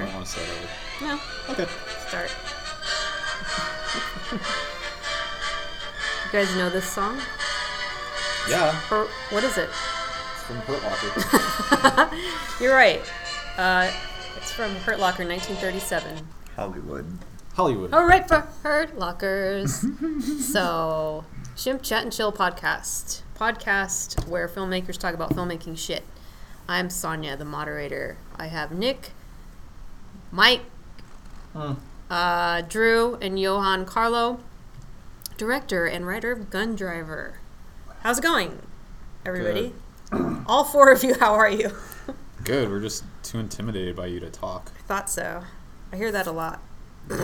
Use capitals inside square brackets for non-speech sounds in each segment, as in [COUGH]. episode. No, Okay. start. you guys know this song? Yeah, Or what is it? it's from Hurt [LAUGHS] Locker. You're right. Uh, it's from Hurt Locker, 1937. Hollywood. Hollywood. All Oh, right, for Hurt Lockers. [LAUGHS] so, Shimp Chat and Chill podcast, podcast where filmmakers talk about filmmaking shit. I'm Sonia, the moderator. I have Nick, Mike, uh, Drew, and Johan Carlo, director and writer of Gun Driver. How's it going, everybody? All four of you, how are you? Good. We're just too intimidated by you to talk. I thought so. I hear that a lot. I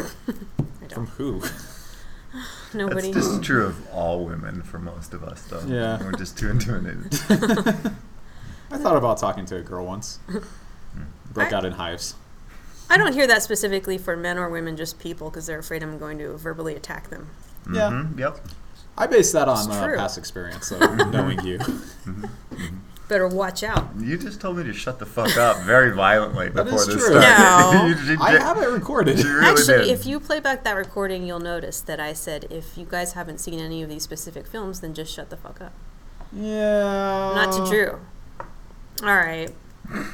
From don't. who? That's Nobody. just true of all women for most of us, though. Yeah. We're just too intimidated. I thought about talking to a girl once. Hmm. Broke out in hives. I don't hear that specifically for men or women, just people, because they're afraid I'm going to verbally attack them. Yeah. Mhm, Yep. I base that on It's uh, true. past experience, [LAUGHS] so knowing you. Better watch out. You just told me to shut the fuck up very violently That before is this true. started. No. [LAUGHS] you, did- I have it recorded. you really Actually, did. if you play back that recording, you'll notice that I said, if you guys haven't seen any of these specific films, then just shut the fuck up. Yeah. Not to Drew. All right.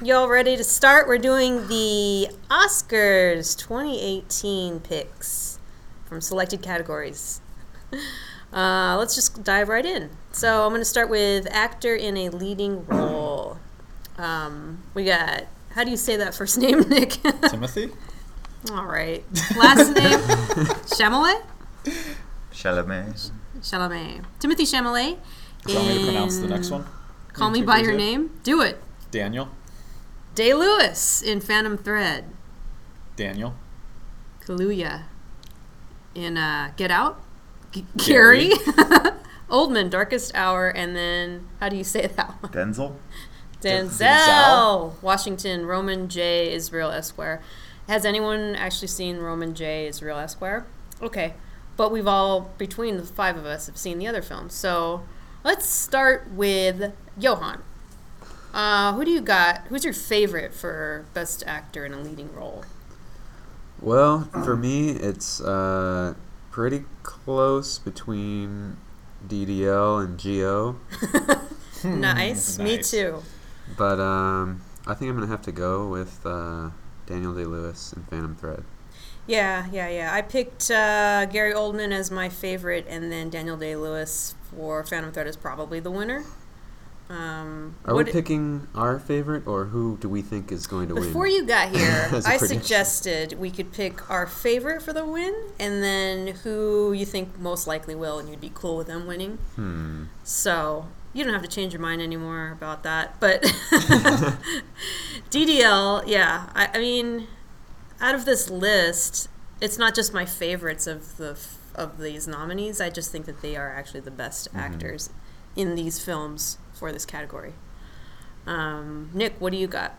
Y'all ready to start? We're doing the Oscars 2018 picks from selected categories. [LAUGHS] Uh, let's just dive right in. So I'm going to start with actor in a leading role. Um, we got, how do you say that first [LAUGHS] name, Nick? Timothy? All right. Last name, Chalamet? Chalamet. Chalamet. Timothy Chalamet. Do you want me to pronounce the in next one? Call Me Two, By three, Your two. Name? Do it. Daniel. Day Lewis in Phantom Thread. Daniel. Kaluuya in uh, Get Out. G- Gary. [LAUGHS] Gary. Oldman, Darkest Hour. And then, how do you say [LAUGHS] that one? Denzel? Denzel. Washington, Roman J. Israel Esquire. Has anyone actually seen Roman J. Israel Esquire? Okay. But we've all, between the five of us, have seen the other films. So let's start with Johan. Uh, who do you got? Who's your favorite for best actor in a leading role? Well, for me, it's uh, pretty close between DDL and Geo, Nice. Me Nice. too. but um, I think I'm gonna have to go with uh, Daniel Day Lewis and Phantom Thread. Yeah, yeah, yeah. I picked uh, Gary Oldman as my favorite, and then Daniel Day Lewis for Phantom Thread is probably the winner. Um, Are what- we picking our favorite, or who do we think is going to Before win? you got [LAUGHS] here, As a I prediction. suggested we could pick our favorite for the win, and then who you think most likely will, and you'd be cool with them winning. hmm. So you don't have to change your mind anymore about that. [LAUGHS] But [LAUGHS] DDL, yeah. I, I mean, out of this list, it's not just my favorites of the f- of these nominees. I just think that they are actually the best Mm-hmm. actors in these films for this category. Um, Nick, what do you got?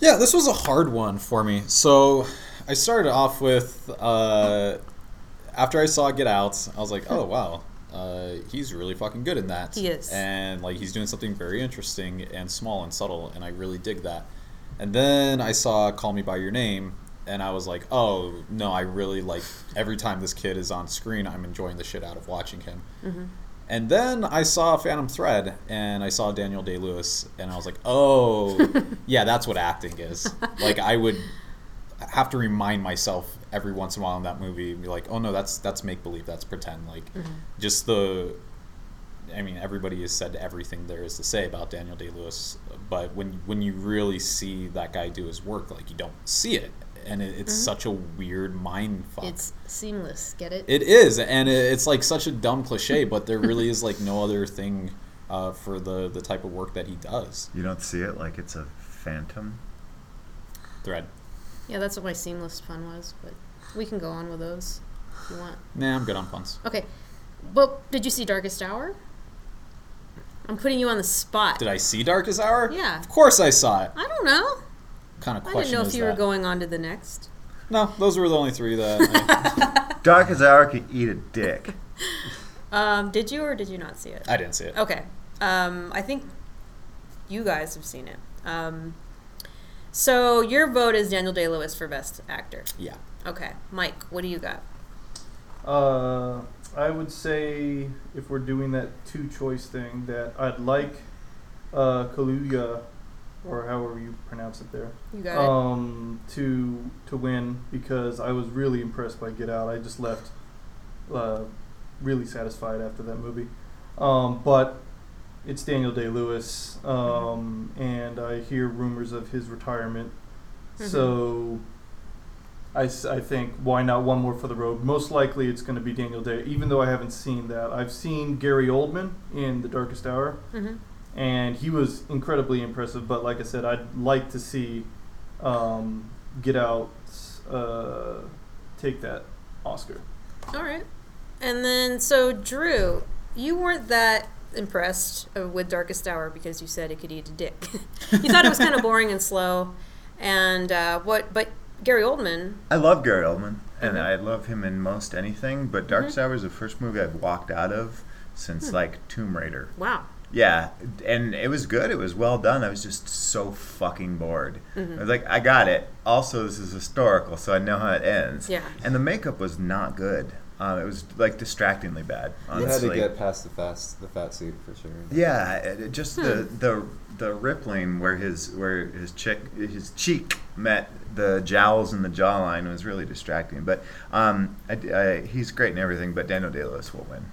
Yeah, this was a hard one for me. So I started off with uh, after I saw Get Out, I was like, oh wow, uh, he's really fucking good in that. He is. and like he's doing something very interesting and small and subtle, and I really dig that. And then I saw Call Me by Your Name, and I was like, oh no, I really like every time this kid is on screen, I'm enjoying the shit out of watching him. And then I saw Phantom Thread and I saw Daniel Day Lewis and I was like, oh, yeah, that's what acting is. Like I would have to remind myself every once in a while in that movie, and be like, oh no, that's that's make believe, that's pretend. Like just the, I mean, everybody has said everything there is to say about Daniel Day Lewis, but when when you really see that guy do his work, like you don't see it, and it, it's such a weird mind fuck. It's seamless. Get it? It is, and it, it's like such a dumb cliche, but there really is like no other thing uh, for the the type of work that he does. You don't see it like it's a phantom? Thread. yeah, that's what my seamless pun was. But we can go on with those if you want. Nah, I'm good on puns. Okay. Well, did you see Darkest Hour? I'm putting you on the spot. Did I see Darkest Hour? Yeah. Of course I saw it. I don't know. What kind of I question didn't know if is you that? were going on to the next. No, those were the only three [LAUGHS] that Dark as hour could eat a dick. Um, did you or did you not see it? I, I didn't see it. Oh. Okay. Um, I think you guys have seen it. Um, So your vote is Daniel Day Lewis for Best Actor. Yeah. Okay, Mike, what do you got? Uh, I would say if we're doing that two choice thing, that I'd like uh, Kaluuya, or however you pronounce it there, You got it. um, to to win because I was really impressed by Get Out. I just left uh, really satisfied after that movie. Um, but it's Daniel Day Lewis, Mm-hmm. um, and I hear rumors of his retirement. Mm-hmm. So I, s- I think why not one more for the road? Most likely it's going to be Daniel Day, even though I haven't seen that. I've seen Gary Oldman in The Darkest Hour hmm and he was incredibly impressive. But like I said, I'd like to see um, Get Out uh, take that Oscar. All right. And then, so Drew, you weren't that impressed uh, with Darkest Hour because you said it could eat a dick. [LAUGHS] you thought it was kind of boring and slow. And uh, what? But Gary Oldman. I love Gary Oldman, Mm-hmm. and I love him in most anything. But Dark Tower is the first movie I've walked out of since Hmm. like Tomb Raider. Wow. Yeah, and it was good. It was well done. I was just so fucking bored. I was like, I got it. Also, this is historical, so I know how it ends. Yeah. And the makeup was not good. Uh, it was like distractingly bad. You had Honestly. to get past the fast, the fat suit for sure. Yeah, it, it just the the the rippling where his where his cheek his cheek met the jowls and the jawline was really distracting. But um, I, I, he's great and everything. But Daniel Day Lewis will win.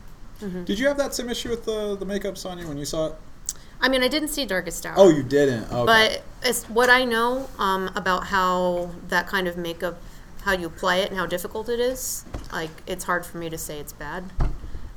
Did you have that same issue with the the makeup, Sonya, when you saw it? I mean, I didn't see Darkest Hour. Oh, you didn't. Okay. Uh, But it's what I know um, about how that kind of makeup, how you apply it, and how difficult it is. Like it's hard for me to say it's bad,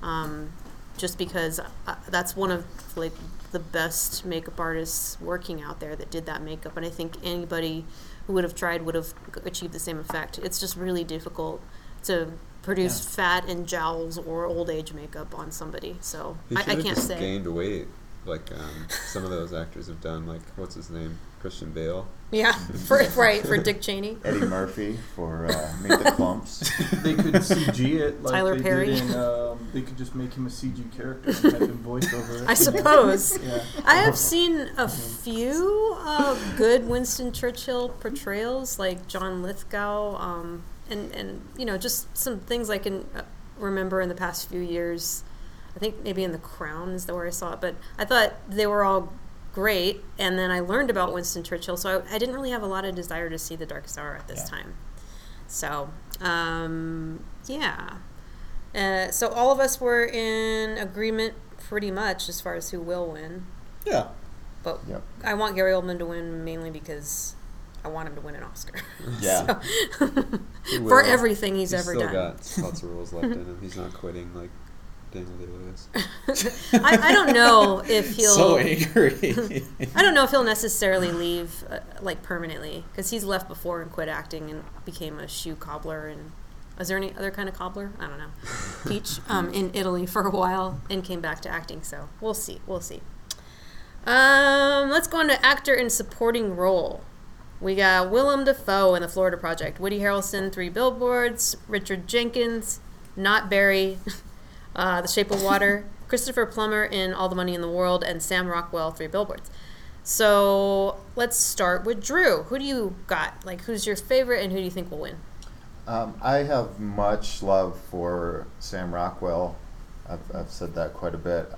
um, just because uh, that's one of like the best makeup artists working out there that did that makeup, and I think anybody who would have tried would have achieved the same effect. It's just really difficult to produce fat and jowls or old age makeup on somebody. So He I, should I have can't just say. gained weight, like um, some of those actors have done. Like what's his name, Christian Bale. Yeah, [LAUGHS] for, right for Dick Cheney. Eddie Murphy for uh, Meet the [LAUGHS] Clumps. They [LAUGHS] could CG it like Tyler they Perry. did in. Um, they could just make him a CG character and have him voice over it. [LAUGHS] I suppose. Yeah. I have seen a few uh, good Winston Churchill portrayals, like John Lithgow, um, and and you know just some things I can uh, remember in the past few years. I think maybe in The Crown is the where I saw it, but I thought they were all great. And then I learned about Winston Churchill, so I, I didn't really have a lot of desire to see The Darkest Hour at this Yeah. time. So um, yeah. Uh, so all of us were in agreement pretty much as far as who will win. yeah. But Yep. I want Gary Oldman to win mainly because I want him to win an Oscar. [LAUGHS] Yeah. So- [LAUGHS] He for will. everything he's, He's ever still done. got lots of roles left in him. He's not quitting like Daniel Day [LAUGHS] Lewis. [LAUGHS] I, I don't know [LAUGHS] if he'll. so angry. [LAUGHS] I don't know if he'll necessarily leave uh, like permanently because he's left before and quit acting and became a shoe cobbler and is there any other kind of cobbler? I don't know. Peach um, in Italy for a while and came back to acting. So we'll see. We'll see. Um, let's go on to actor in supporting role. We got Willem Dafoe in The Florida Project, Woody Harrelson, Three Billboards, Richard Jenkins, Not Barry, [LAUGHS] uh, The Shape of Water, Christopher Plummer in All the Money in the World, and Sam Rockwell, Three Billboards. So let's start with Drew. Who do you got? Like, who's your favorite, and who do you think will win? Um, I have much love for Sam Rockwell. I've, I've said that quite a bit.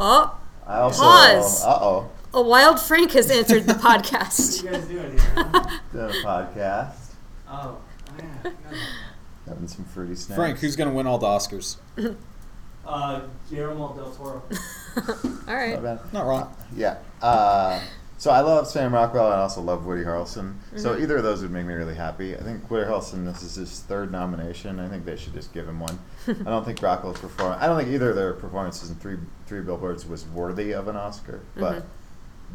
Oh, I also, Pause. Uh oh, a wild Frank has answered [LAUGHS] the podcast. you guys doing here? huh? doing a podcast, oh, yeah. having some fruity snacks. Frank, who's gonna win all the Oscars? Uh, Guillermo del Toro. [LAUGHS] All right. Not bad. Not wrong. Yeah. Uh, so I love Sam Rockwell and I also love Woody Harrelson. So either of those would make me really happy. I think Woody Harrelson, this is his third nomination. I think they should just give him one. I don't think Rockwell's performance. I don't think either of their performances in Three Three Billboards was worthy of an Oscar, but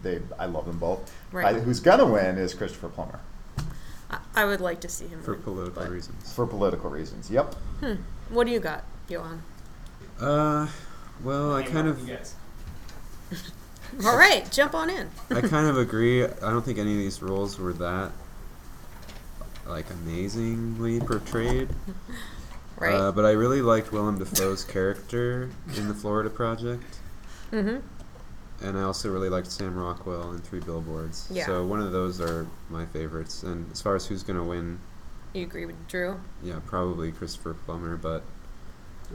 they, I love them both. Right. I, who's gonna win is Christopher Plummer I, I would like to see him for win. political reasons. for political reasons. Yep. What do you got, Johan? Uh, well, I Hang kind on, of, You guys. All right, jump on in. I kind of agree. I don't think any of these roles were that like amazingly portrayed. Right. Uh, but I really liked Willem Dafoe's character in the Florida Project. mm-hmm. and I also really liked Sam Rockwell and Three Billboards. Yeah. So one of those are my favorites. And as far as who's gonna win, You agree with Drew? [LAUGHS] yeah, probably Christopher Plummer, but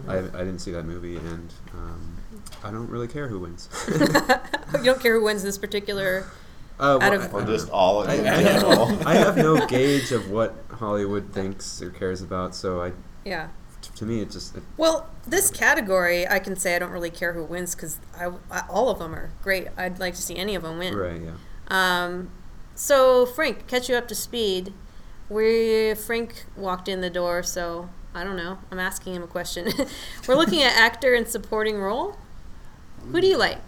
I, I didn't see that movie, and um, I don't really care who wins. [LAUGHS] you don't care who wins this particular. Out Uh, well, of- I- I Or don't just know. all I, in I have- general. [LAUGHS] I [LAUGHS] have no gauge of what Hollywood thinks or cares about, so I, Yeah. t- to me, it just it, Well, this category, I can say I don't really care who wins because I, I- all of them are great. I'd like to see any of them win. right, yeah. Um, so Frank, catch you up to speed. We Frank walked in the door, so I don't know. I'm asking him a question. [LAUGHS] We're looking at actor and supporting role. Who do you like?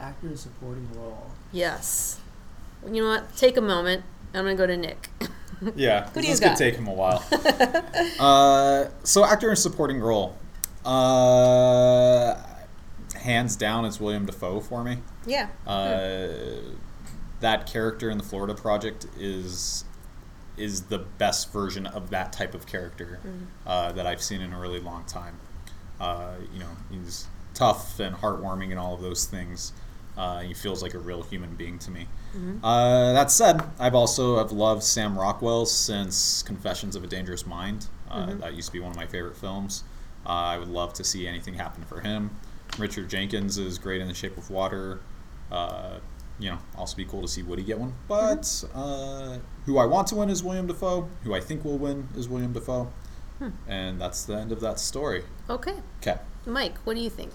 Actor in supporting role. Yes. You know what? Take a moment. I'm gonna go to [LAUGHS] Nick. Yeah, 'cause do you this got? could take him a while. uh, so, actor in supporting role. Uh, hands down, it's William Defoe for me. [LAUGHS] yeah. Uh, that character in the Florida Project is is the best version of that type of character uh, that I've seen in a really long time. Uh, you know, he's tough and heartwarming and all of those things. Uh, he feels like a real human being to me. Uh, that said, I've also I've loved Sam Rockwell since Confessions of a Dangerous Mind. Uh, That used to be one of my favorite films. Uh, I would love to see anything happen for him. Richard Jenkins is great in The Shape of Water. Uh, you know, also be cool to see Woody get one. But uh, who I want to win is William Defoe. Who I think will win is William Defoe. And that's the end of that story. Okay, Okay. Mike, what do you think?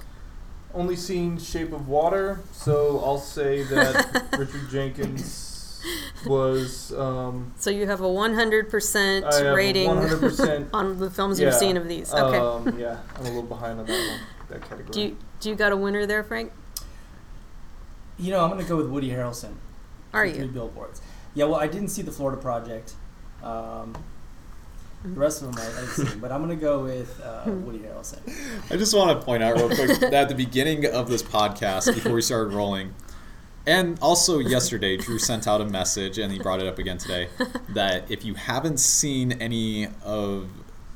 Only seen Shape of Water, so I'll say that Richard Jenkins was. Um, So you have a 100% I have rating 100%. [LAUGHS] on the films yeah, you've seen of these. Okay. Um, yeah, I'm a little behind on that one, that category. do you do you got a winner there, Frank? You know, I'm gonna go with Woody Harrelson. Are for Three you? billboards. Yeah, well, I didn't see the Florida Project. Um, Mm-hmm. the rest of them I, I've seen, but I'm gonna go with uh, Hmm. Woody Harrelson. I just want to point out real quick that at the beginning of this podcast, before we started rolling, and also yesterday, Drew sent out a message, and he brought it up again today, that if you haven't seen any of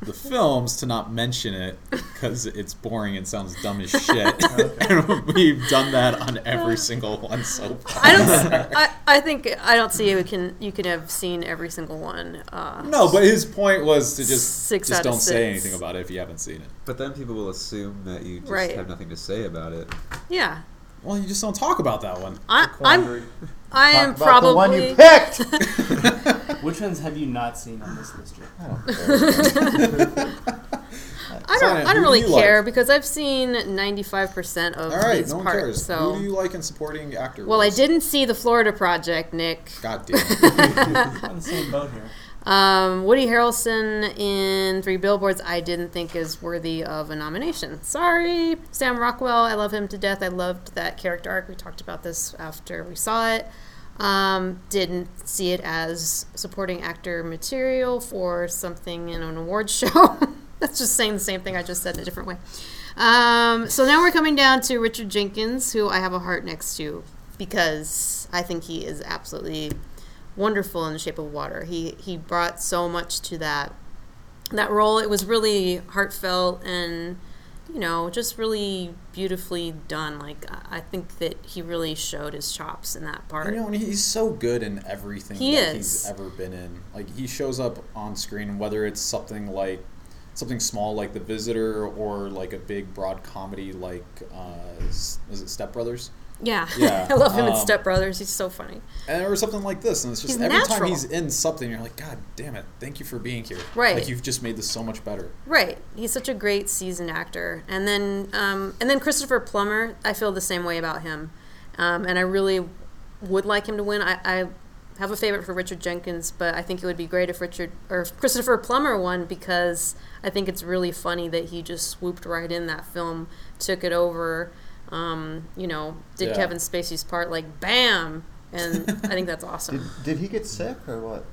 the films, to not mention it because it's boring and sounds dumb as [LAUGHS] shit. and we've done that on every single one so far. Uh, I don't. s- I, I think I don't see you can you can have seen every single one. Uh, [LAUGHS] No, but his point was to just Six just out of don't say six. anything about it if you haven't seen it. But then people will assume that you just Right. have nothing to say about it. Yeah, Well, you just don't talk about that one. I, I'm. Quandary. I am Talk about probably. the one you picked. Which ones have you not seen on this list? Drew? [LAUGHS] I don't. Zion, I don't who do really you like? care because I've seen ninety five percent of All right, these no one parts. cares. Uh, So. Who do you like in supporting actor? well, I roles? didn't see the Florida Project, Nick. God damn. it. [LAUGHS] We're on the same boat here. Um, Woody Harrelson in Three Billboards, I didn't think is worthy of a nomination. Sorry, Sam Rockwell. I love him to death. I loved that character arc. We talked about this after we saw it. Um, didn't see it as supporting actor material for something in an award [LAUGHS] show. That's just saying the same thing I just said in a different way. Um, so now we're coming down to Richard Jenkins, who I have a heart next to because I think he is absolutely wonderful in the shape of water he he brought so much to that that role it was really heartfelt and you know just really beautifully done like I- i think that he really showed his chops in that part You know, and he's so good in everything He that is. he's ever been in. Like he shows up on screen, whether it's something like something small like The Visitor or like a big broad comedy like uh, is is it Step Brothers? yeah, Yeah, [LAUGHS] i love him in um, step brothers he's so funny And, Eh, or something like this, and it's just He's every natural. time he's in something, you're like, God damn it! Thank you for being here. Right. Like you've just made this so much better. [LAUGHS] right he's such a great seasoned actor and then um, and then christopher plummer i feel the same way about him um, and i really would like him to win I, I have a favorite for richard jenkins but i think it would be great if richard or if christopher plummer won because i think it's really funny that he just swooped right in that film took it over um, you know did Yeah. kevin spacey's part like bam and i think that's awesome Did, [LAUGHS] did he get sick or what?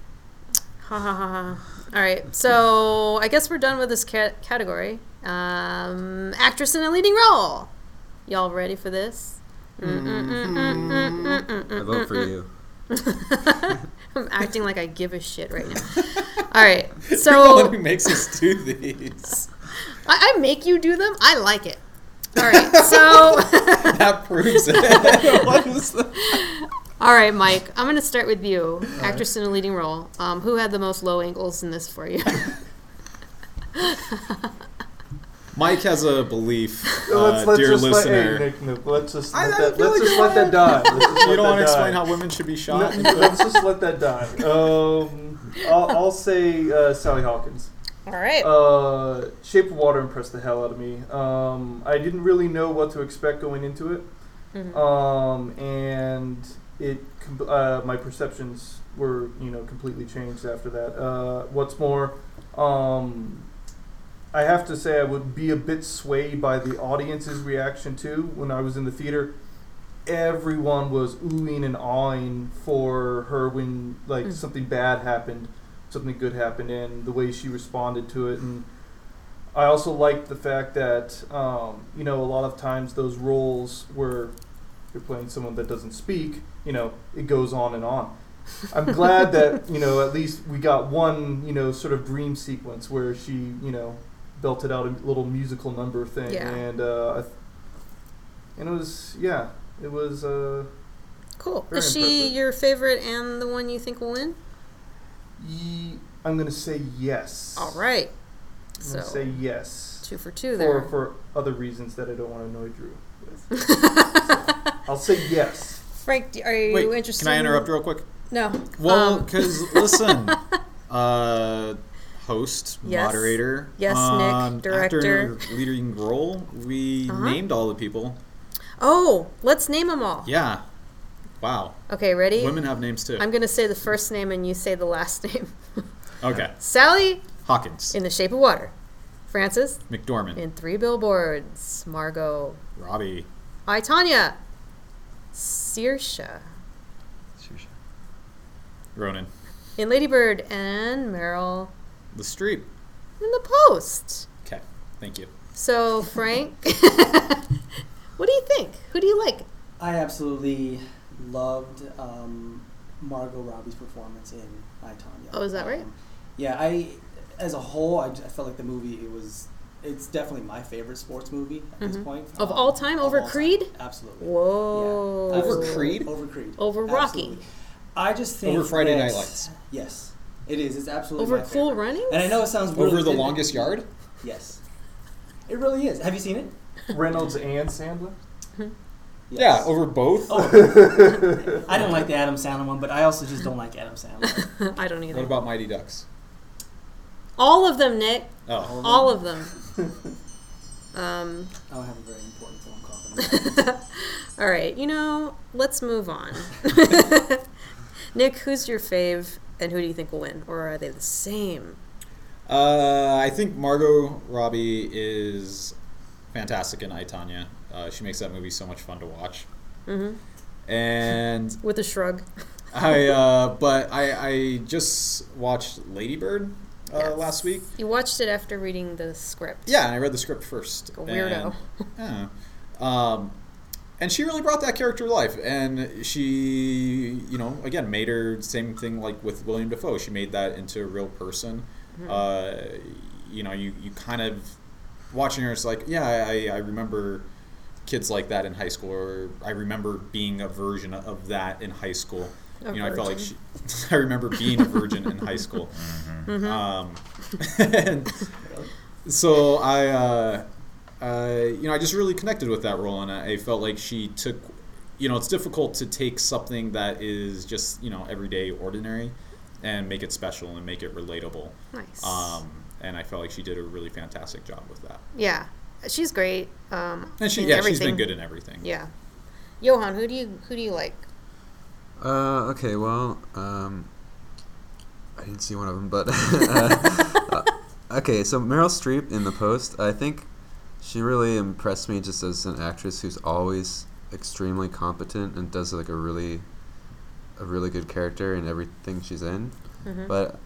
Ha ha ha ha. All right, so I guess we're done with this ca- category. Um, actress in a leading role. Y'all ready for this? I vote for you. I'm acting like I give a shit right now. [LAUGHS] All [LAUGHS] right, You're the so [LAUGHS] one who makes us do these. I, I make you do them. I like it. All right, so [LAUGHS] that proves it. [LAUGHS] What is that? all right, Mike, I'm gonna start with you, actress in a leading role. Um, who had the most low angles in this [LAUGHS] for you? Mike has a belief, [LAUGHS] So uh, let's, let's dear just listener. Let, hey, Nick, Nick, let's just I- let I that, feel let's like just let that die. Let's [LAUGHS] just you let don't want to that die. explain how women should be shot. [LAUGHS] No, [LAUGHS] let's just let [LAUGHS] that die. Um, I'll, I'll say uh, Sally Hawkins. All right. Uh, Shape of Water impressed the hell out of me. Um, I didn't really know what to expect going into it, Mhm. um, and it com- uh, my perceptions were you know completely changed after that. Uh, what's more, um, I have to say I would be a bit swayed by the audience's reaction too when I was in the theater. Everyone was oohing and awing for her when like Mm. something bad happened, something good happened, and the way she responded to it. And I also liked the fact that um, you know a lot of times those roles where you're playing someone that doesn't speak, you know, it goes on and on. I'm [LAUGHS] glad that you know at least we got one you know sort of dream sequence where she you know belted out a little musical number thing Yeah. and uh, I th- and it was yeah it was uh, Cool. Very Is she impressive. your favorite and the one you think will win? ye- I'm gonna say yes. All right. I'm So gonna say yes two for two for there. for other reasons that I don't want to annoy Drew. With. I'll say [LAUGHS] yes. Frank, do- are you Wait, interested? can I in- interrupt real quick? No. Well, Um, [LAUGHS] because listen, uh, host, Yes. moderator, Yes, Nick, um, director. actor, leading role. We Uh-huh. named all the people. Oh, let's name them all. Yeah. Wow. Okay, ready? Women have names too. I'm going to say the first name and you say the last [LAUGHS] name. okay. Sally Hawkins, in The Shape of Water. Frances McDormand, in Three Billboards. Margot. Robbie, I, Tanya. Saoirse Ronan, in Ladybird and Meryl The Streep. in The Post. Okay. Thank you. So, Frank, [LAUGHS] what do you think? Who do you like? I absolutely loved um, Margot Robbie's performance in I Tonya. Oh, is that right? Um, yeah, I as a whole, I, j- I felt like the movie it was. It's definitely my favorite sports movie at this Mhm. point Um, Of all time, of over all Creed? Absolutely. Whoa. Yeah, Over absolutely. Creed? Over Creed. Over Rocky? Absolutely. I just think Over Friday that- Night Lights? Yes, it is. It's absolutely Over my Cool favorite. Running? And I know it sounds weird. Over the longest yard. Yes, it really is. Have you seen it? Reynolds and Sandler. Yes. Yeah. Over both. Oh, [LAUGHS] I didn't like the Adam Sandler one, but I also just don't like [LAUGHS] Adam Sandler. I don't either. What about Mighty Ducks? all of them, Nick. Oh. All [LAUGHS] of them. Um, [LAUGHS] I don't have a very important phone call. coming up. all right, you know, let's [LAUGHS] move on. Nick, who's your fave and who do you think will win? Or are they the same? Uh, I think Margot Robbie is fantastic in I Tanya. Uh, she makes that movie so much fun to watch. Mhm. And With a shrug. I, uh, but I, I just watched Ladybird uh, [LAUGHS] Yes. last week. You watched it after reading the script. Yeah, and I read the script first. Like a weirdo. And, yeah. um, and she really brought that character to life. And she, you know, again, made her same thing like with William Defoe. She made that into a real person. Mm-hmm. Uh, you know, you, you kind of watching her, it's like, yeah, I, I remember kids like that in high school, or I remember being a version of that in high school. A you know, I felt like she, [LAUGHS] virgin. I remember being a virgin in high school. Mm-hmm. Hmm. Um, [LAUGHS] and so I, uh, uh, you know, I just really connected with that role, and I, I felt like she took, you know, it's difficult to take something that is just you know everyday, ordinary, and make it special and make it relatable. Nice. Um, and I felt like she did a really fantastic job with that. yeah. She's great. Um, And she, in yeah, she's everything. been good in everything. Yeah. Johan, who do you who do [LAUGHS] you like? [LAUGHS] Uh, okay, well, um, I didn't see one of them, but [LAUGHS] uh, [LAUGHS] okay. So Meryl Streep in The Post, I think she really impressed me just as an actress who's always extremely competent and does like a really, a really good character in everything she's in. Mm-hmm. But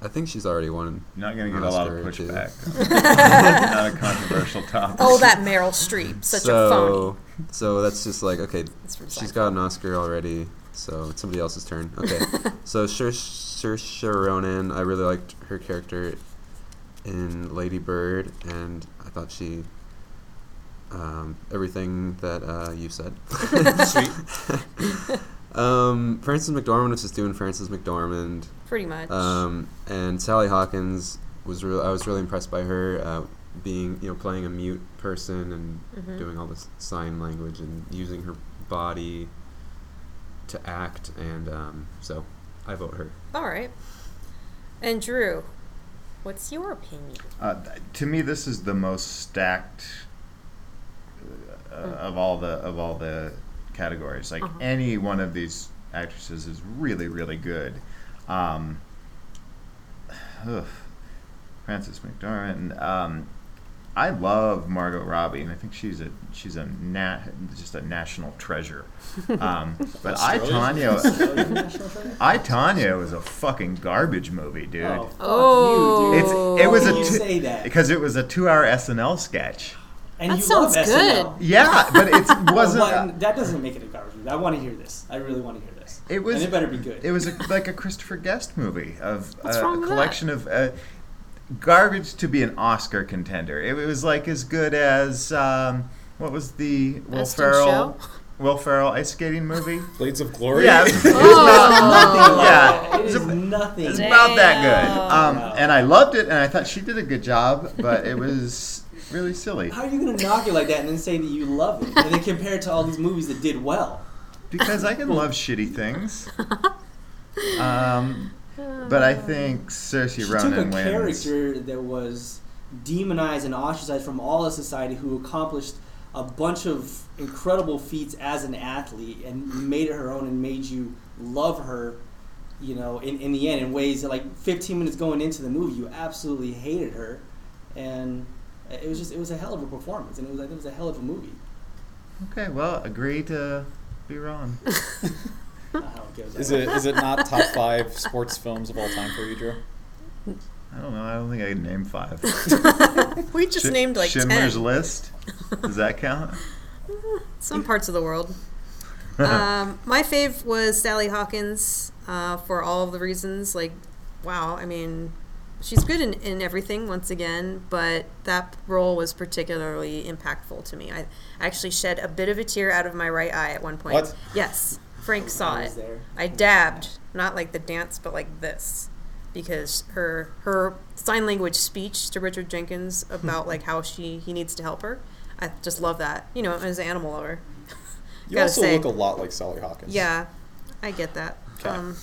I think she's already won. Not going to get a lot of Oscar, too. pushback. [LAUGHS] Not a controversial topic. Oh, that Meryl Streep, such a phony. so, so that's just like okay, It's from She's Seinfeld. got an Oscar already, so it's somebody else's turn. Okay, so Sir Saoirse Ronan, I really liked her character in Lady Bird, and I thought she, um, everything that uh, you said. [LAUGHS] [LAUGHS] Sweet. um, Frances McDormand was just doing Frances McDormand. Pretty much. Um, and Sally Hawkins was real. I was really impressed by her uh, being, you know, playing a mute person and Mhm. doing all this sign language and using her body to act. And um, so, I vote her. All right. And Drew, what's your opinion? Uh, th- to me, this is the most stacked uh, of all the of all the categories. Like Uh-huh. any one of these actresses is really really good. Um, ugh, Frances McDormand. Um, I love Margot Robbie, and I think she's a she's a nat just a national treasure. Um, but I Australian? Tanya, [LAUGHS] I Tanya was a fucking garbage movie, dude. Oh, fuck Oh. you, dude. It's it was a How can two- you say that. because it was a two-hour SNL sketch. and That you sounds love good. SNL. Yeah, but [LAUGHS] Oh, it wasn't. Well, but that doesn't make it a garbage movie. I want to hear this. I really want to hear this. it was. and it better be good. It was a, like a Christopher Guest movie of What's uh, wrong a with collection of uh, garbage to be an Oscar contender. It, was like as good as um, what was the Will Best in Ferrell Show? Will Ferrell ice skating movie? Blades of Glory. Yeah, it was Oh. yeah, it it's is a- nothing. It's about Damn. that good. Um, Wow. And I loved it, and I thought she did a good job, but it was really silly. How are you going to knock it like that and then say that you love it and then compare it to all these movies that did well? because I can love shitty things. Um, but I think Cersei She took a Ronan wins. character that was demonized and ostracized from all of society who accomplished a bunch of incredible feats as an athlete and made it her own and made you love her, you know, in, in the end in ways that like 15 minutes going into the movie, you absolutely hated her. And it was just, it was a hell of a performance. And it was, I think it was a hell of a movie. Okay, well, agree to be wrong. I don't know how it goes. Is it is it not top five sports films of all time for you, Drew? I don't know. I don't think I can name five. [LAUGHS] we [LAUGHS] just Sch- named like Schindler's 10. List. Does that count? Some parts of the [LAUGHS] world. um, my fave was Sally Hawkins uh, for all of the reasons. Like, wow, I mean, she's good in, in everything once again, but that role was particularly impactful to me. I actually shed a bit of a tear out of my right eye at one point. What? Yes, Frank saw I it. was there. I dabbed, not like the dance, but like this, because her her sign language speech to Richard Jenkins Hmm. about like how she he needs to help her. I just love that. You know, as an animal lover. [LAUGHS] You Gotta also say. look a lot like Sally Hawkins. Yeah, I get that. Okay. Um,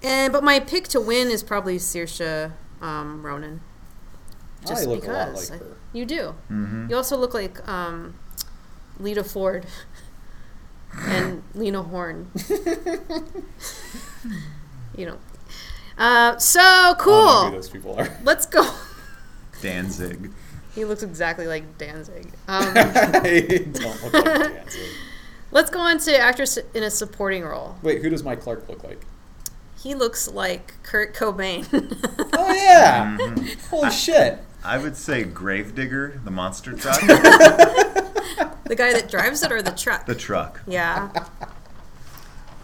and but my pick to win is probably Saoirse um, Ronan. I Just look a lot because like I- her. Mm-hmm. you do. You also look like um, [LAUGHS] Lita Ford and Lena Horne. you know. Uh, so cool. I don't know who those people are. [LAUGHS] Let's go. [LAUGHS] Danzig. He looks exactly like Danzig. Um, [LAUGHS] I don't look like Danzig. let's go on to actress in a supporting role. Wait, who does Mike Clark look like? He looks like Kurt Cobain. [LAUGHS] [LAUGHS] Oh yeah! Holy shit! I would say Gravedigger, the monster [LAUGHS] truck. the guy that drives it or the truck? [LAUGHS] the truck. Yeah.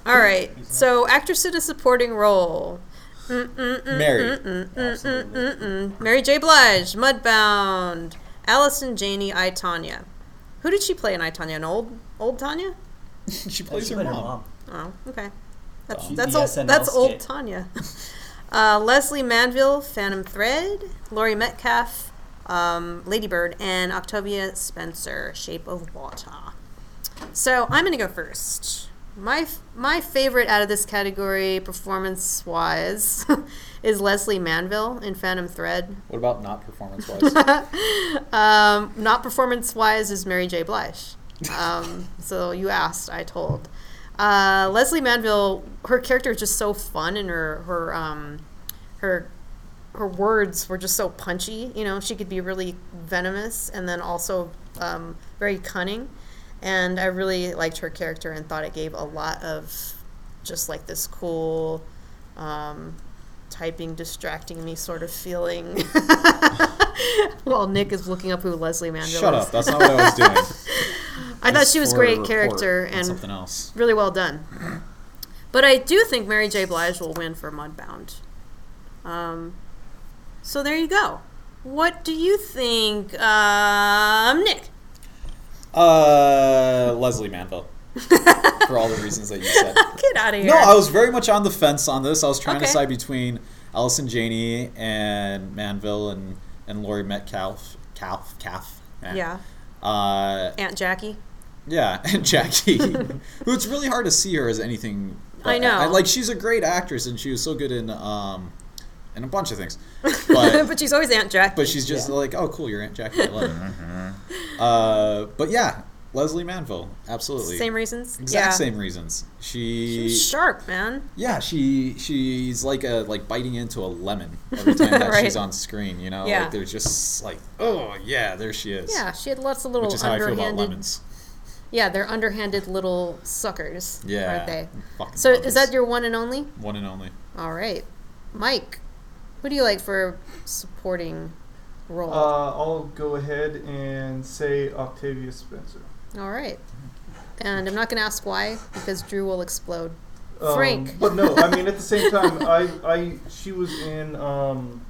All right. So, actress in a supporting role. Mm-hmm. Mary. Mm, Absolutely. Mary J. Blige, Mudbound, Allison Janney, I Tanya. Who did she play in I Tanya? An old old Tanya? she plays She her played her mom. mom. Oh, okay. That's She's that's the old SNL that's old skit. Tanya. [LAUGHS] Uh, Leslie Manville, Phantom Thread, Laurie Metcalf, um, Ladybird, and Octavia Spencer, Shape of Water. So I'm gonna go first. My f- my favorite out of this category, performance wise, [LAUGHS] is Leslie Manville in Phantom Thread. What about not performance [LAUGHS] wise? Um, not performance wise is Mary J. Blige. Um, so you asked, I told. Uh, Leslie Manville, her character is just so fun, and her her um, her her words were just so punchy. You know, she could be really venomous and then also um, very cunning. And I really liked her character and thought it gave a lot of just like this cool um, typing distracting me sort of feeling. [LAUGHS] While Nick is looking up who Leslie Manville Shut is. up! That's not what I was [LAUGHS] doing. I thought she was For a great report character on and something else. really well done. But I do think Mary J. Blige will win for Mudbound. Um, so there you go. What do you think, um, Nick? [LAUGHS] Uh, Leslie [LAUGHS] Manville. for all the reasons that you said. Get out of here. No, I was very much on the fence on this. I was trying to Okay. decide between Allison Janney and Manville and and Lori Metcalf, Calf, Calf. eh. Yeah. Uh, Aunt Jackie. yeah, [LAUGHS] and [LAUGHS] Jackie, who it's really hard to see her as anything. I know. like she's a great actress, and she was so good in um, in a bunch of [LAUGHS] things, But, but she's always Aunt Jackie. but she's just like, oh, cool, you're Aunt Jackie. I love it. uh, but yeah, Leslie Manville, absolutely. same reasons. Exact yeah. same reasons. She She, was sharp, man. yeah, she she's like a like biting into a lemon [LAUGHS] every time that Right. she's on screen. You know, Yeah. like there's just like, oh yeah, there she is. Yeah, she had lots of little Which is how I feel underhanded. about lemons. Yeah, they're underhanded little suckers. Yeah. Aren't they? Fucking So lemons. is that your one and only? one and only? All right, Mike. Who do you like for supporting role? Uh, I'll go ahead and say Octavia Spencer. All right. And I'm not going to ask why because Drew will explode. Um, Frank. But no, I mean at the same time, [LAUGHS] I, I she was in um,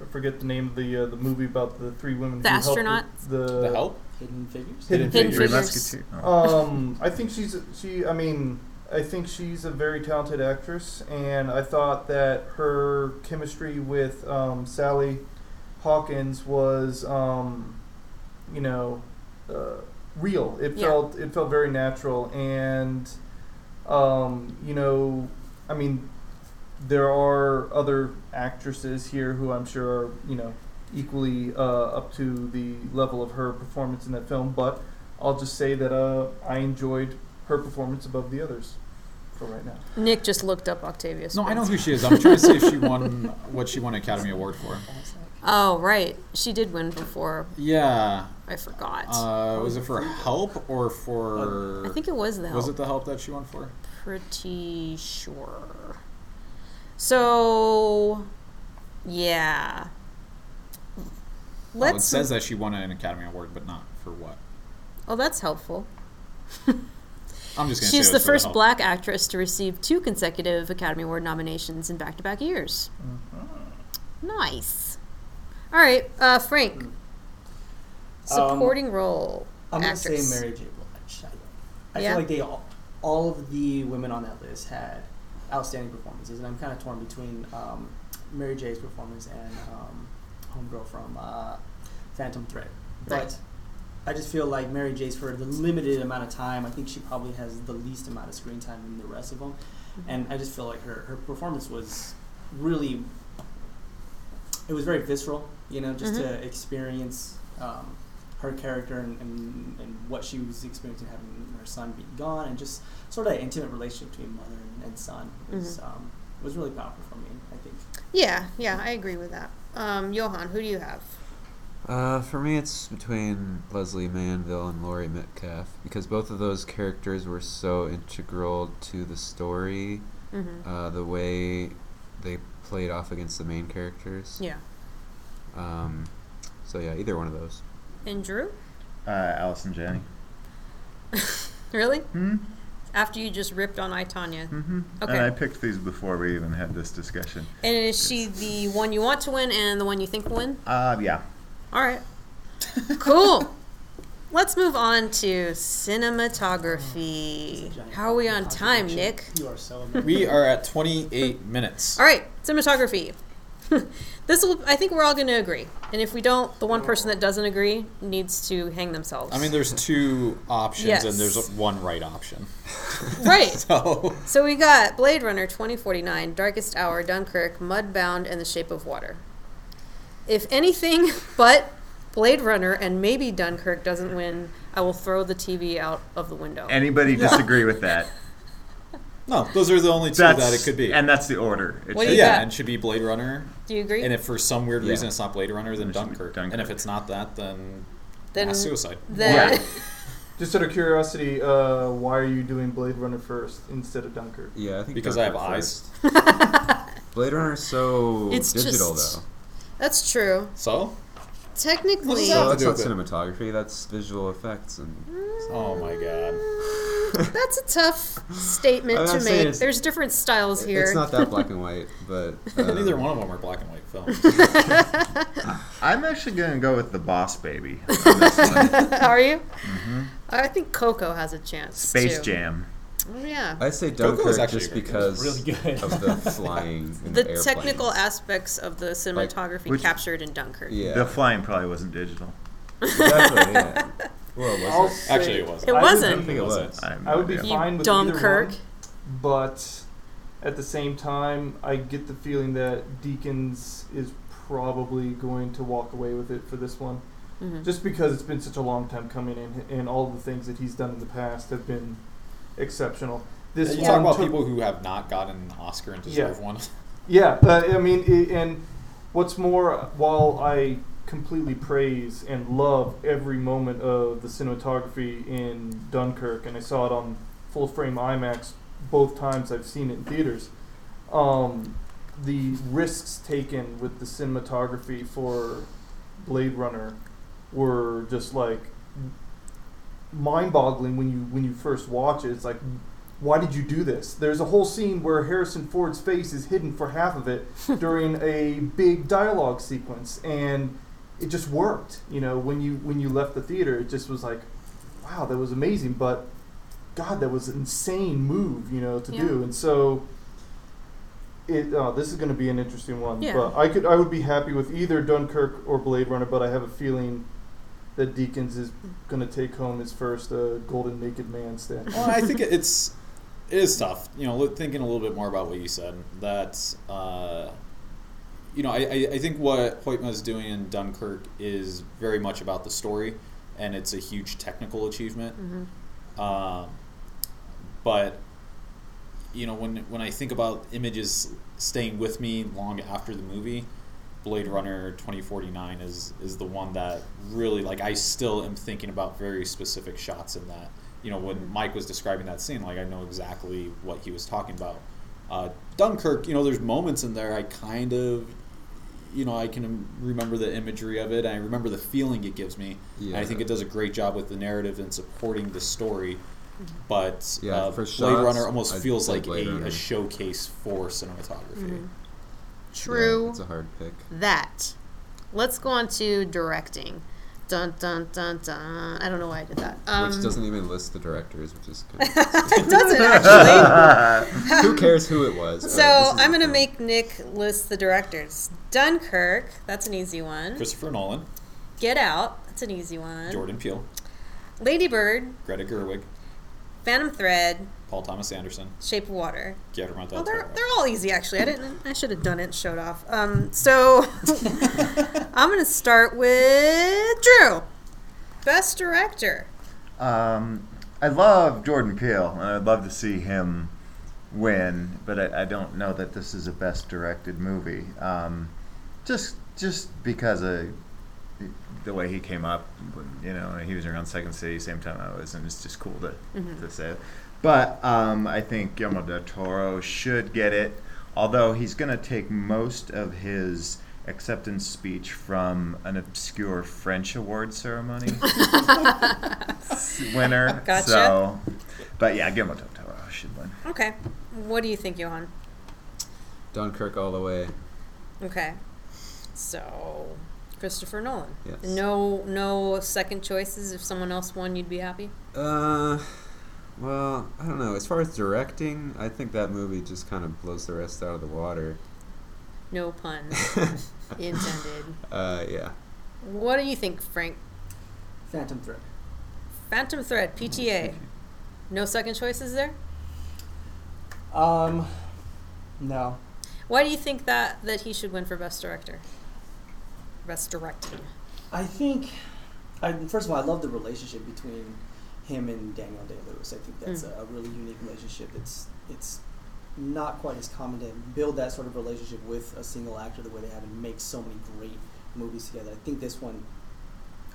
I forget the name of the uh, the movie about the three women. The who helped astronaut? The, The help? Hidden Figures. Hidden, Hidden Figures. Three Figures. Musketeers. Oh. Um, I think she's she. I mean, I think she's a very talented actress, and I thought that her chemistry with um, Sally Hawkins was, um, you know, uh, real. It Yeah. felt it felt very natural, and um, you know, I mean, there are other actresses here who I'm sure are you know equally uh, up to the level of her performance in that film, but I'll just say that uh, I enjoyed her performance above the others for right now. Nick just looked up Octavius. No, I know who she is. I'm trying to see if she won [LAUGHS] what she won an Academy Award for. Oh, right. She did win before. Yeah, I forgot. uh, was it for help or for? I think it was the help. was it the help that she won for? Pretty sure. So, yeah. oh, it Let's. says that she won an Academy Award, but not for what. oh, that's helpful. [LAUGHS] I'm just gonna. say She's it the was for first help. black actress to receive two consecutive Academy Award nominations in back to back years. Nice. All right, uh, Frank. Supporting role. Um, I'm going to say actress. Mary J. Blige. I, I Yeah. feel like they all, all of the women on that list had outstanding performances, and I'm kind of torn between um, Mary J.'s performance and um, Homegirl from uh, Phantom Thread. But Right. I just feel like Mary J.'s for the limited amount of time. I think she probably has the least amount of screen time than the rest of them, Mm-hmm. and I just feel like her, her performance was really it was very visceral, you know, just Mm-hmm. to experience um, her character and, and, and what she was experiencing having her son be gone, and just sort of that intimate relationship between mother and, and son was Mm-hmm. um, was really powerful for me. I think Yeah, yeah, I agree with that. Um, Johan, who do you have? Uh, for me, it's between Leslie Manville and Laurie Metcalf because both of those characters were so integral to the story, Mm-hmm. uh, the way they played off against the main characters. Yeah. Um, so yeah, either one of those. And Drew? Uh, Allison Janney. Really? Hmm? After you just ripped on Itanya. Mm-hmm. Okay. And I picked these before we even had this discussion. And is she the one you want to win and the one you think will win? Uh, yeah. All right. Cool. [LAUGHS] Let's move on to cinematography. How are we on time, Nick? you are so amazing. [LAUGHS] We are at 28 minutes. All right, cinematography. [LAUGHS] this will, I think we're all going to agree. And if we don't, the one person that doesn't agree needs to hang themselves. I mean, there's two options, Yes. and there's one right option. [LAUGHS] right. So So we got Blade Runner 2049, Darkest Hour, Dunkirk, Mudbound, and The Shape of Water. If anything [LAUGHS] but Blade Runner and maybe Dunkirk doesn't win, I will throw the TV out of the window. [LAUGHS] Anybody disagree with [LAUGHS] that? no, those are the only two That's, that it could be. And that's the order. It What do should- you yeah, got? and it should be Blade Runner. Do you agree? And if for some weird Yeah. reason it's not Blade Runner, then It should be Dunkirk. Dunkirk. And if it's not that, then, then, Mass Suicide. [LAUGHS] then Yeah. Just out of curiosity, uh, why are you doing Blade Runner first instead of Dunkirk? Yeah, I think Because I have Dunkirk eyes. [LAUGHS] first. Blade Runner is so It's digital just- though. that's true. So? Technically, So have that's to not do with cinematography. That's visual effects and. Oh my god. that's a tough statement I'm to not make. saying it's- There's different styles here. [LAUGHS] It's not that black and white, but. uh, Neither one of them are black and white films. I'm actually going to go with the boss baby. [LAUGHS] Are you? Mm-hmm. I think Coco has a chance. Space too. Jam. Oh, yeah. I say Coco is Dunkirk actually just really because really good. of the flying. and The airplanes. technical aspects of the cinematography which- captured in Dunkirk. Yeah. [LAUGHS] The flying probably wasn't digital. exactly. Yeah. Well, I'll was say- Actually, it wasn't. It I would wasn't. be- I think it was. I, have I would be no idea. You fine with either Dunkirk. one. but at the same time, I get the feeling that Deacons is probably going to walk away with it for this one, Mhm. just because it's been such a long time coming, and and all the things that he's done in the past have been exceptional. [LAUGHS] This you one talk about took- people who have not gotten an Oscar and deserve one. [LAUGHS] yeah, uh, I mean, i and what's more, while I completely praise and love every moment of the cinematography in Dunkirk, and I saw it on full frame IMAX both times I've seen it in theaters, um, the risks taken with the cinematography for Blade Runner were just like mind-boggling when you when you first watch it. It's like why did you do this? There's a whole scene where Harrison Ford's face is hidden for half of it during a big dialogue sequence, and it just worked. You know, when you when you left the theater, it just was like, wow, that was amazing, but God, that was an insane move, you know, to Yeah. do. And so, it uh, this is going to be an interesting one. Yeah. But I could I would be happy with either Dunkirk or Blade Runner, but I have a feeling that Deakins is going to take home his first uh, Golden Naked Man statue. well, I think it- it's it is tough. You know, look- thinking a little bit more about what you said. That uh, you know, I, I, I think what Hoytma is doing in Dunkirk is very much about the story, and it's a huge technical achievement. Mhm. Um, but you know, when when I think about images staying with me long after the movie, Blade Runner twenty forty nine is is the one that really like I still am thinking about very specific shots in that. You know, when Mike was describing that scene, like I know exactly what he was talking about. Uh, Dunkirk, you know, there's moments in there I kind of, you know, I can remember the imagery of it. I remember the feeling it gives me. And I Yeah. think it does a great job with the narrative and supporting the story. But Yeah, uh, for Blade shots, Runner almost I'd feels say like Blade a, Runner. a showcase for Mm-hmm. cinematography. True. It's a hard pick. that. Let's go on to directing. Dun dun dun dun. I don't know why I did that. Um, Which doesn't even list the directors, which is [LAUGHS] kind of, it [LAUGHS] doesn't actually. who cares who it was. Uh, this so is I'm gonna the thing. make Nick list the directors. Dunkirk. That's an easy one. Christopher Nolan, Uh-huh. Get Out. That's an easy one. Jordan Peele, Lady Bird. Greta Gerwig, Phantom Thread. Paul Thomas Anderson, Shape of Water. Guillermo Well, del they're, Toro. they're all easy actually. I didn't. I should have done it. and Showed off. Um, so I'm gonna start with Drew, best director. Um, I love Jordan Peele, and I'd love to see him win, but I, I don't know that this is a best directed movie. Um, just just because of the way he came up, you know, he was around Second City same time I was, and it's just cool to, to say it. But um, I think Guillermo del Toro should get it, although he's going to take most of his acceptance speech from an obscure French award ceremony [LAUGHS] winner. Gotcha. So, but yeah, Guillermo del Toro should win. Okay. What do you think, Johan? Dunkirk all the way. Okay. So Christopher Nolan. Yes. No no second choices. If someone else won you'd be happy? Uh, well, I don't know. As far as directing, I think that movie just kind of blows the rest out of the water. [LAUGHS] No pun intended. uh, yeah. What do you think, Frank? Phantom Thread. Phantom Thread, PTA. No second choices there? Um, no. Why do you think that that he should win for best director? Best directing. I think, I, first of all, I love the relationship between him and Daniel Day Lewis. I think that's a, a really unique relationship. It's it's not quite as common to build that sort of relationship with a single actor the way they have and make so many great movies together. I think this one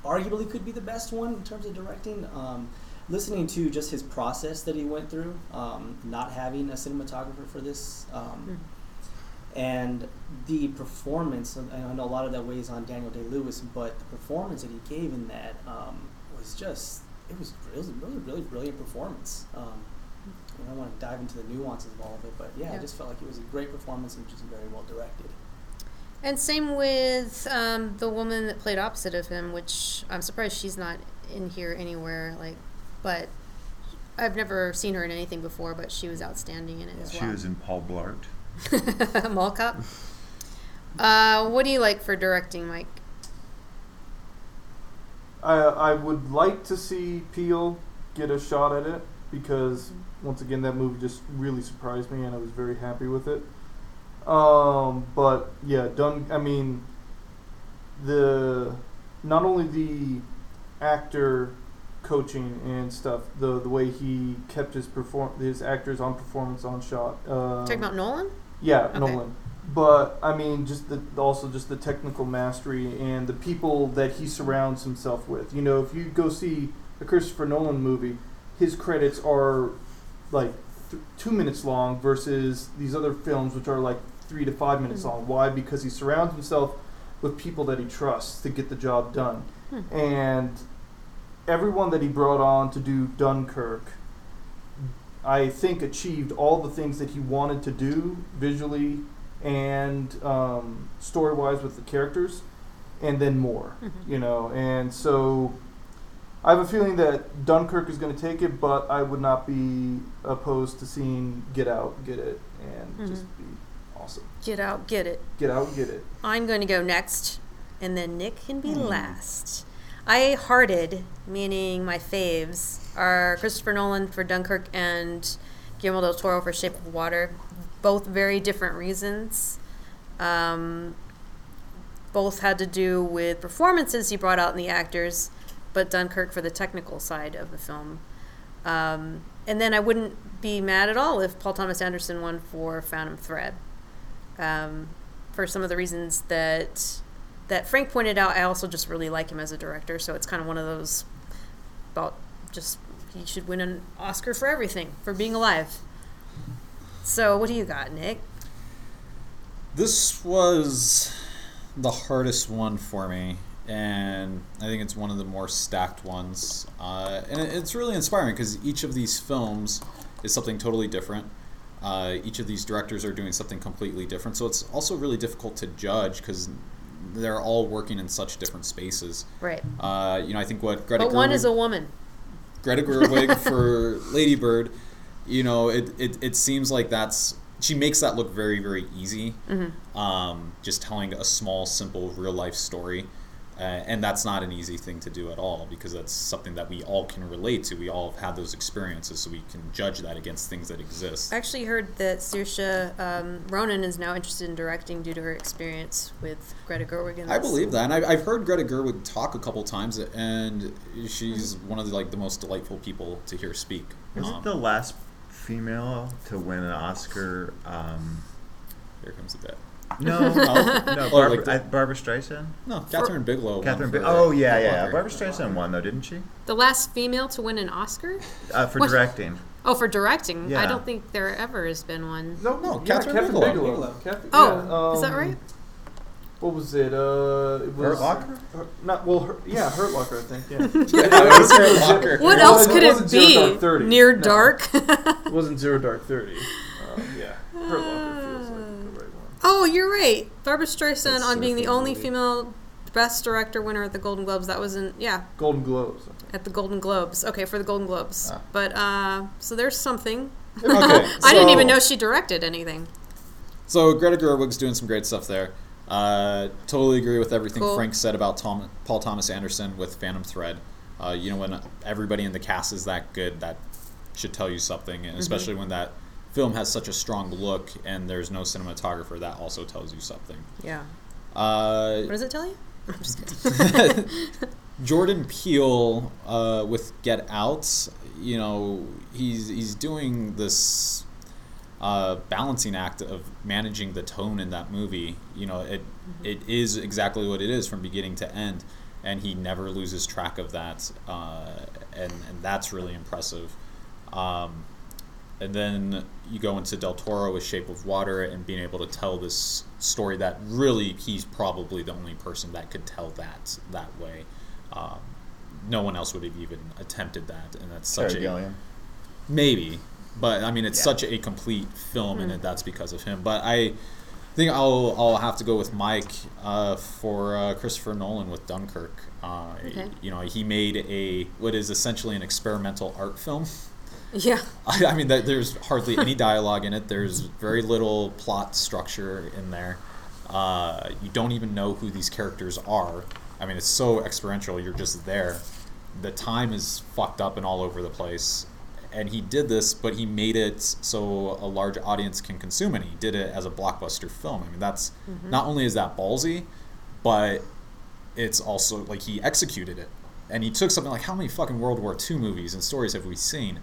arguably could be the best one in terms of directing. Um, listening to just his process that he went through, um, not having a cinematographer for this. Um, Hmm. and the performance and i know a lot of that weighs on daniel day-lewis but the performance that he gave in that um, was just it was, it was a really really brilliant performance um, i don't want to dive into the nuances of all of it but yeah, Yeah. i just felt like it was a great performance and just very well directed And same with um, the woman that played opposite of him, which I'm surprised she's not in here anywhere. Like, but I've never seen her in anything before, but she was outstanding in it as She well. was in Paul Blart. [LAUGHS] Mall cop. Uh, what do you like for directing, Mike? I I would like to see Peel get a shot at it because once again that movie just really surprised me and I was very happy with it. Um, but yeah, done. I mean, the not only the actor coaching and stuff, the the way he kept his perform his actors on performance on shot. Um, Talking about Nolan? yeah, Okay. Nolan. But I mean, just the also just the technical mastery and the people that he surrounds himself with. You know, if you go see a Christopher Nolan movie, his credits are like th- two minutes long versus these other films, which are like three to five minutes Mhm. long. Why? Because he surrounds himself with people that he trusts to get the job done. Hmm. And everyone that he brought on to do Dunkirk, I think, achieved all the things that he wanted to do visually and um, story wise with the characters, and then more, Mhm. you know. And so I have a feeling that Dunkirk is going to take it, but I would not be opposed to seeing Get Out get it and Mm-hmm. just be awesome. Get out, get it. Get Out get it. I'm going to go next, and then Nick can be last. I hearted, meaning my faves, are Christopher Nolan for Dunkirk and Guillermo del Toro for Shape of Water. Both very different reasons. Um, both had to do with performances he brought out in the actors, but Dunkirk for the technical side of the film. Um, and then I wouldn't be mad at all if Paul Thomas Anderson won for Phantom Thread. Um, for some of the reasons that that Frank pointed out, I also just really like him as a director. So it's kind of one of those about just he should win an Oscar for everything for being alive. So what do you got, Nick? This was the hardest one for me, and I think it's one of the more stacked ones. Uh, and it- it's really inspiring because each of these films is something totally different. Uh, each of these directors are doing something completely different, so it's also really difficult to judge because they're all working in such different spaces. Right, Uh, you know, I think what Greta but one Gerwig- is a woman. Greta Gerwig for Lady Bird, you know, it, it, it seems like that's she makes that look very very easy, um, just telling a small simple real life story, uh, and that's not an easy thing to do at all because that's something that we all can relate to. We all have had those experiences, so we can judge that against things that exist. I actually heard that Saoirse um, Ronan is now interested in directing due to her experience with Greta Gerwig. in I this. believe that, and I, I've heard Greta Gerwig talk a couple times, and she's one of the, like the most delightful people to hear speak. Isn't Um, the last female to win an Oscar? [LAUGHS] Um, here comes the bit. no, Oh. no, Oh, like Barbara, the- I- Barbara Streisand. No, Catherine Bigelow. won Catherine. for Bi- oh yeah, Hurt yeah. Locker. Barbara Streisand won though, didn't she? the last female to win an Oscar. Uh, for What? directing. Oh, for directing. I Yeah. don't think there ever has been one. No, yeah, Catherine Catherine Bigelow. Bigelow. Catherine- Oh, yeah, is that um, right? What was it? Uh, it was Hurt Locker? Her- not well. Her, yeah, Hurt Locker. I think. Yeah. it was Hurt Locker. What It else wasn't- could it, wasn't Zero be? Dark Thirty. Near No. [LAUGHS] dark. It [LAUGHS] wasn't Zero Dark Thirty. Um, yeah, Hurt Locker feels like the right one. oh, you're right. Barbara Streisand That's on being the surfing only movie. female best director winner at the Golden Globes. That was in yeah Golden Globes. I think. at the Golden Globes. Okay, for the Golden Globes. Ah. But uh, so there's something. Okay, [LAUGHS] I didn't even so- know she directed anything. So Greta Gerwig's doing some great stuff there. Uh, totally agree with everything Cool. Frank said about Tom, Paul Thomas Anderson with Phantom Thread. Uh, you know, when everybody in the cast is that good, that should tell you something, Mm-hmm. and especially when that film has such a strong look and there's no cinematographer, that also tells you something. Yeah. Uh, What does it tell you? I'm just kidding. Jordan Peele uh, with Get Out, you know, he's he's doing this uh, balancing act of managing the tone in that movie. You know, it it is exactly what it is from beginning to end, and he never loses track of that, uh, and and that's really impressive. Um, and then you go into Del Toro with Shape of Water and being able to tell this story that really he's probably the only person that could tell that that way. Um, no one else would have even attempted that, and that's such Terry a Gilliam. maybe, but I mean it's such a complete film, and that's because of him. But I, think I'll I'll have to go with Mike uh, for uh, Christopher Nolan with Dunkirk. Uh, Okay. You know, he made a what is essentially an experimental art film. Yeah. [LAUGHS] I, I mean, that, there's hardly any dialogue in it. There's very little plot structure in there. Uh, you don't even know who these characters are. I mean, it's so experiential. You're just there. The time is fucked up and all over the place. And he did this, but he made it so a large audience can consume it. He did it as a blockbuster film. I mean, that's not only is that ballsy, but it's also like he executed it. And he took something like how many fucking World War II movies and stories have we seen?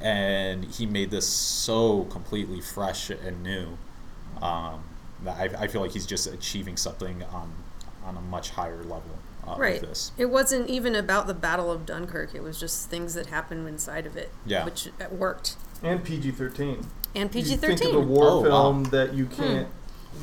and he made this so completely fresh and new um, that I, I feel like he's just achieving something on on a much higher level uh, Right. with this. It wasn't even about the Battle of Dunkirk. It was just things that happened inside of it. Yeah. Which uh, worked. and PG thirteen. And PG Think of a thirteen. Hmm. war Oh, wow. film that you can't.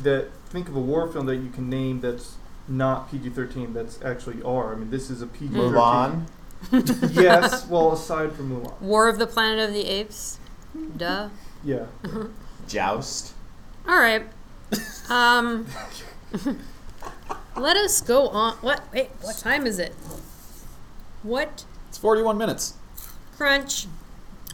That think of a war film that you can name that's not PG thirteen. That's actually R. I mean, this is a PG thirteen. Mulan. [LAUGHS] yes. Well, aside from Mulan. War of the Planet of the Apes. Duh. Yeah. Joust. All right. Um. [LAUGHS] let us go on. What? Wait. What time is it? What It's 41 minutes. crunch? You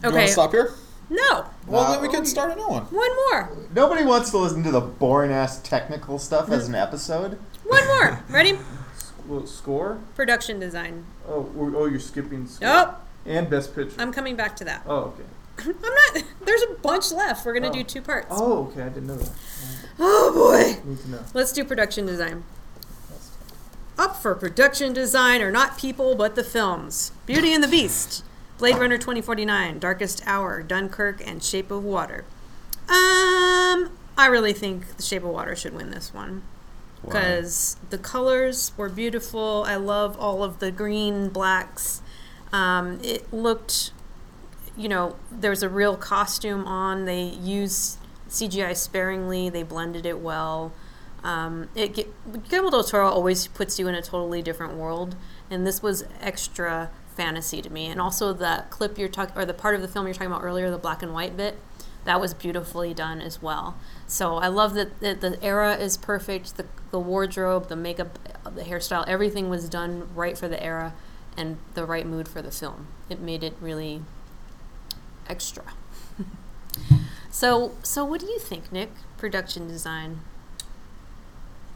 want Okay. to stop here? No. Well, then we can start a new one. One more. Nobody wants to listen to the boring ass technical stuff as an episode. One more. Ready? Well, score. Production design. Oh, we're, oh, you're skipping. Score. Nope. And best picture. I'm coming back to that. [LAUGHS] oh, okay. I'm not. There's a bunch left. We're gonna Oh. do two parts. Oh, okay. I didn't know that. [GASPS] oh boy. Need to know. Let's do production design. Up for production design are not people, but the films Beauty and the Beast, Blade Runner 2049, Darkest Hour, Dunkirk, and Shape of Water. Um, I really think The Shape of Water should win this one because the colors were beautiful. I love all of the green, blacks. Um, it looked you know, there was a real costume on. They used CGI sparingly. They blended it well. Um, it ge- Guillermo del Toro always puts you in a totally different world, and this was extra fantasy to me. And also the clip you're talking, or the part of the film you're talking about earlier, the black and white bit, that was beautifully done as well. So I love that the, the era is perfect. The, the wardrobe, the makeup, uh, the hairstyle, everything was done right for the era and the right mood for the film. It made it really extra. [LAUGHS] so, so what do you think, Nick? Production design.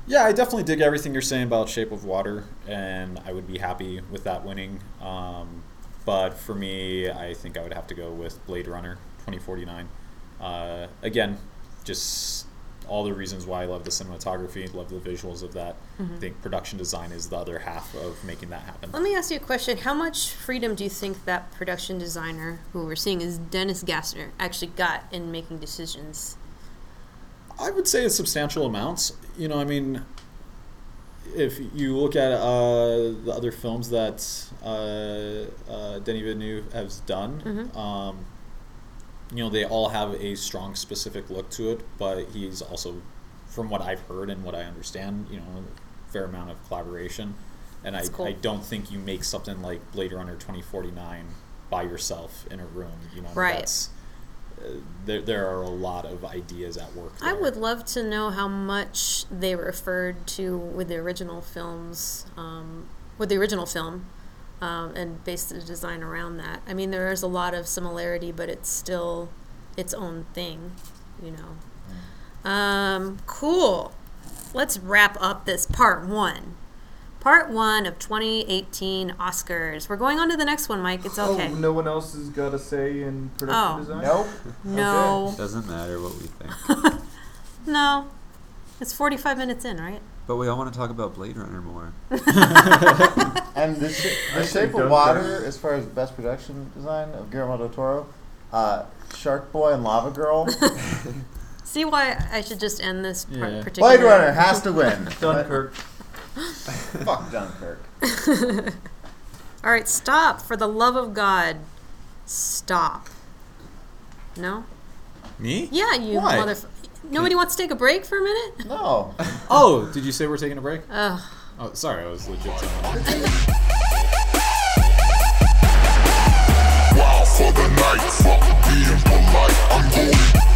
Yeah, I definitely dig everything you're saying about Shape of Water, and I would be happy with that winning. Um, but for me, I think I would have to go with Blade Runner 2049. Uh, again, just all the reasons why I love the cinematography, love the visuals of that. I think production design is the other half of making that happen. Let me ask you a question. How much freedom do you think that production designer, who we're seeing is Dennis Gassner, actually got in making decisions? I would say it's substantial amounts. You know, I mean, if you look at uh, the other films that uh, uh, Denis Villeneuve has done, Mm-hmm. um, you know, they all have a strong specific look to it, but he's also, from what I've heard and what I understand, you know, a fair amount of collaboration. And I, That's cool. I don't think you make something like Blade Runner 2049 by yourself in a room. You know, Right. that's, uh, there, there are a lot of ideas at work. I there. would love to know how much they referred to with the original films, um, with the original film, um, and based the design around that. I mean, there is a lot of similarity, but it's still its own thing, you know. Um, cool. Let's wrap up this part one. Part one of 2018 Oscars. We're going on to the next one, Mike. It's okay. Oh, no one else has got a say in production Oh. design. Nope. no, Doesn't matter what we think. no. It's 45 minutes in, right? But we all want to talk about Blade Runner more. And the, sh- the [LAUGHS] I say Shape of Dunkirk. Water, as far as best production design of Guillermo del Toro, uh, Shark Boy and Lava Girl, See why I should just end this par- Yeah. particular. Blade Runner has to win. Dunkirk. Fuck Dunkirk. All right, stop for the love of God, stop. No. Me? Yeah, you Why? motherf Nobody wants to take a break for a minute. No. Oh, did you say we're taking a break? Ugh. Oh, sorry, I was legit. saying- Wild for the night, fuck being polite. I'm going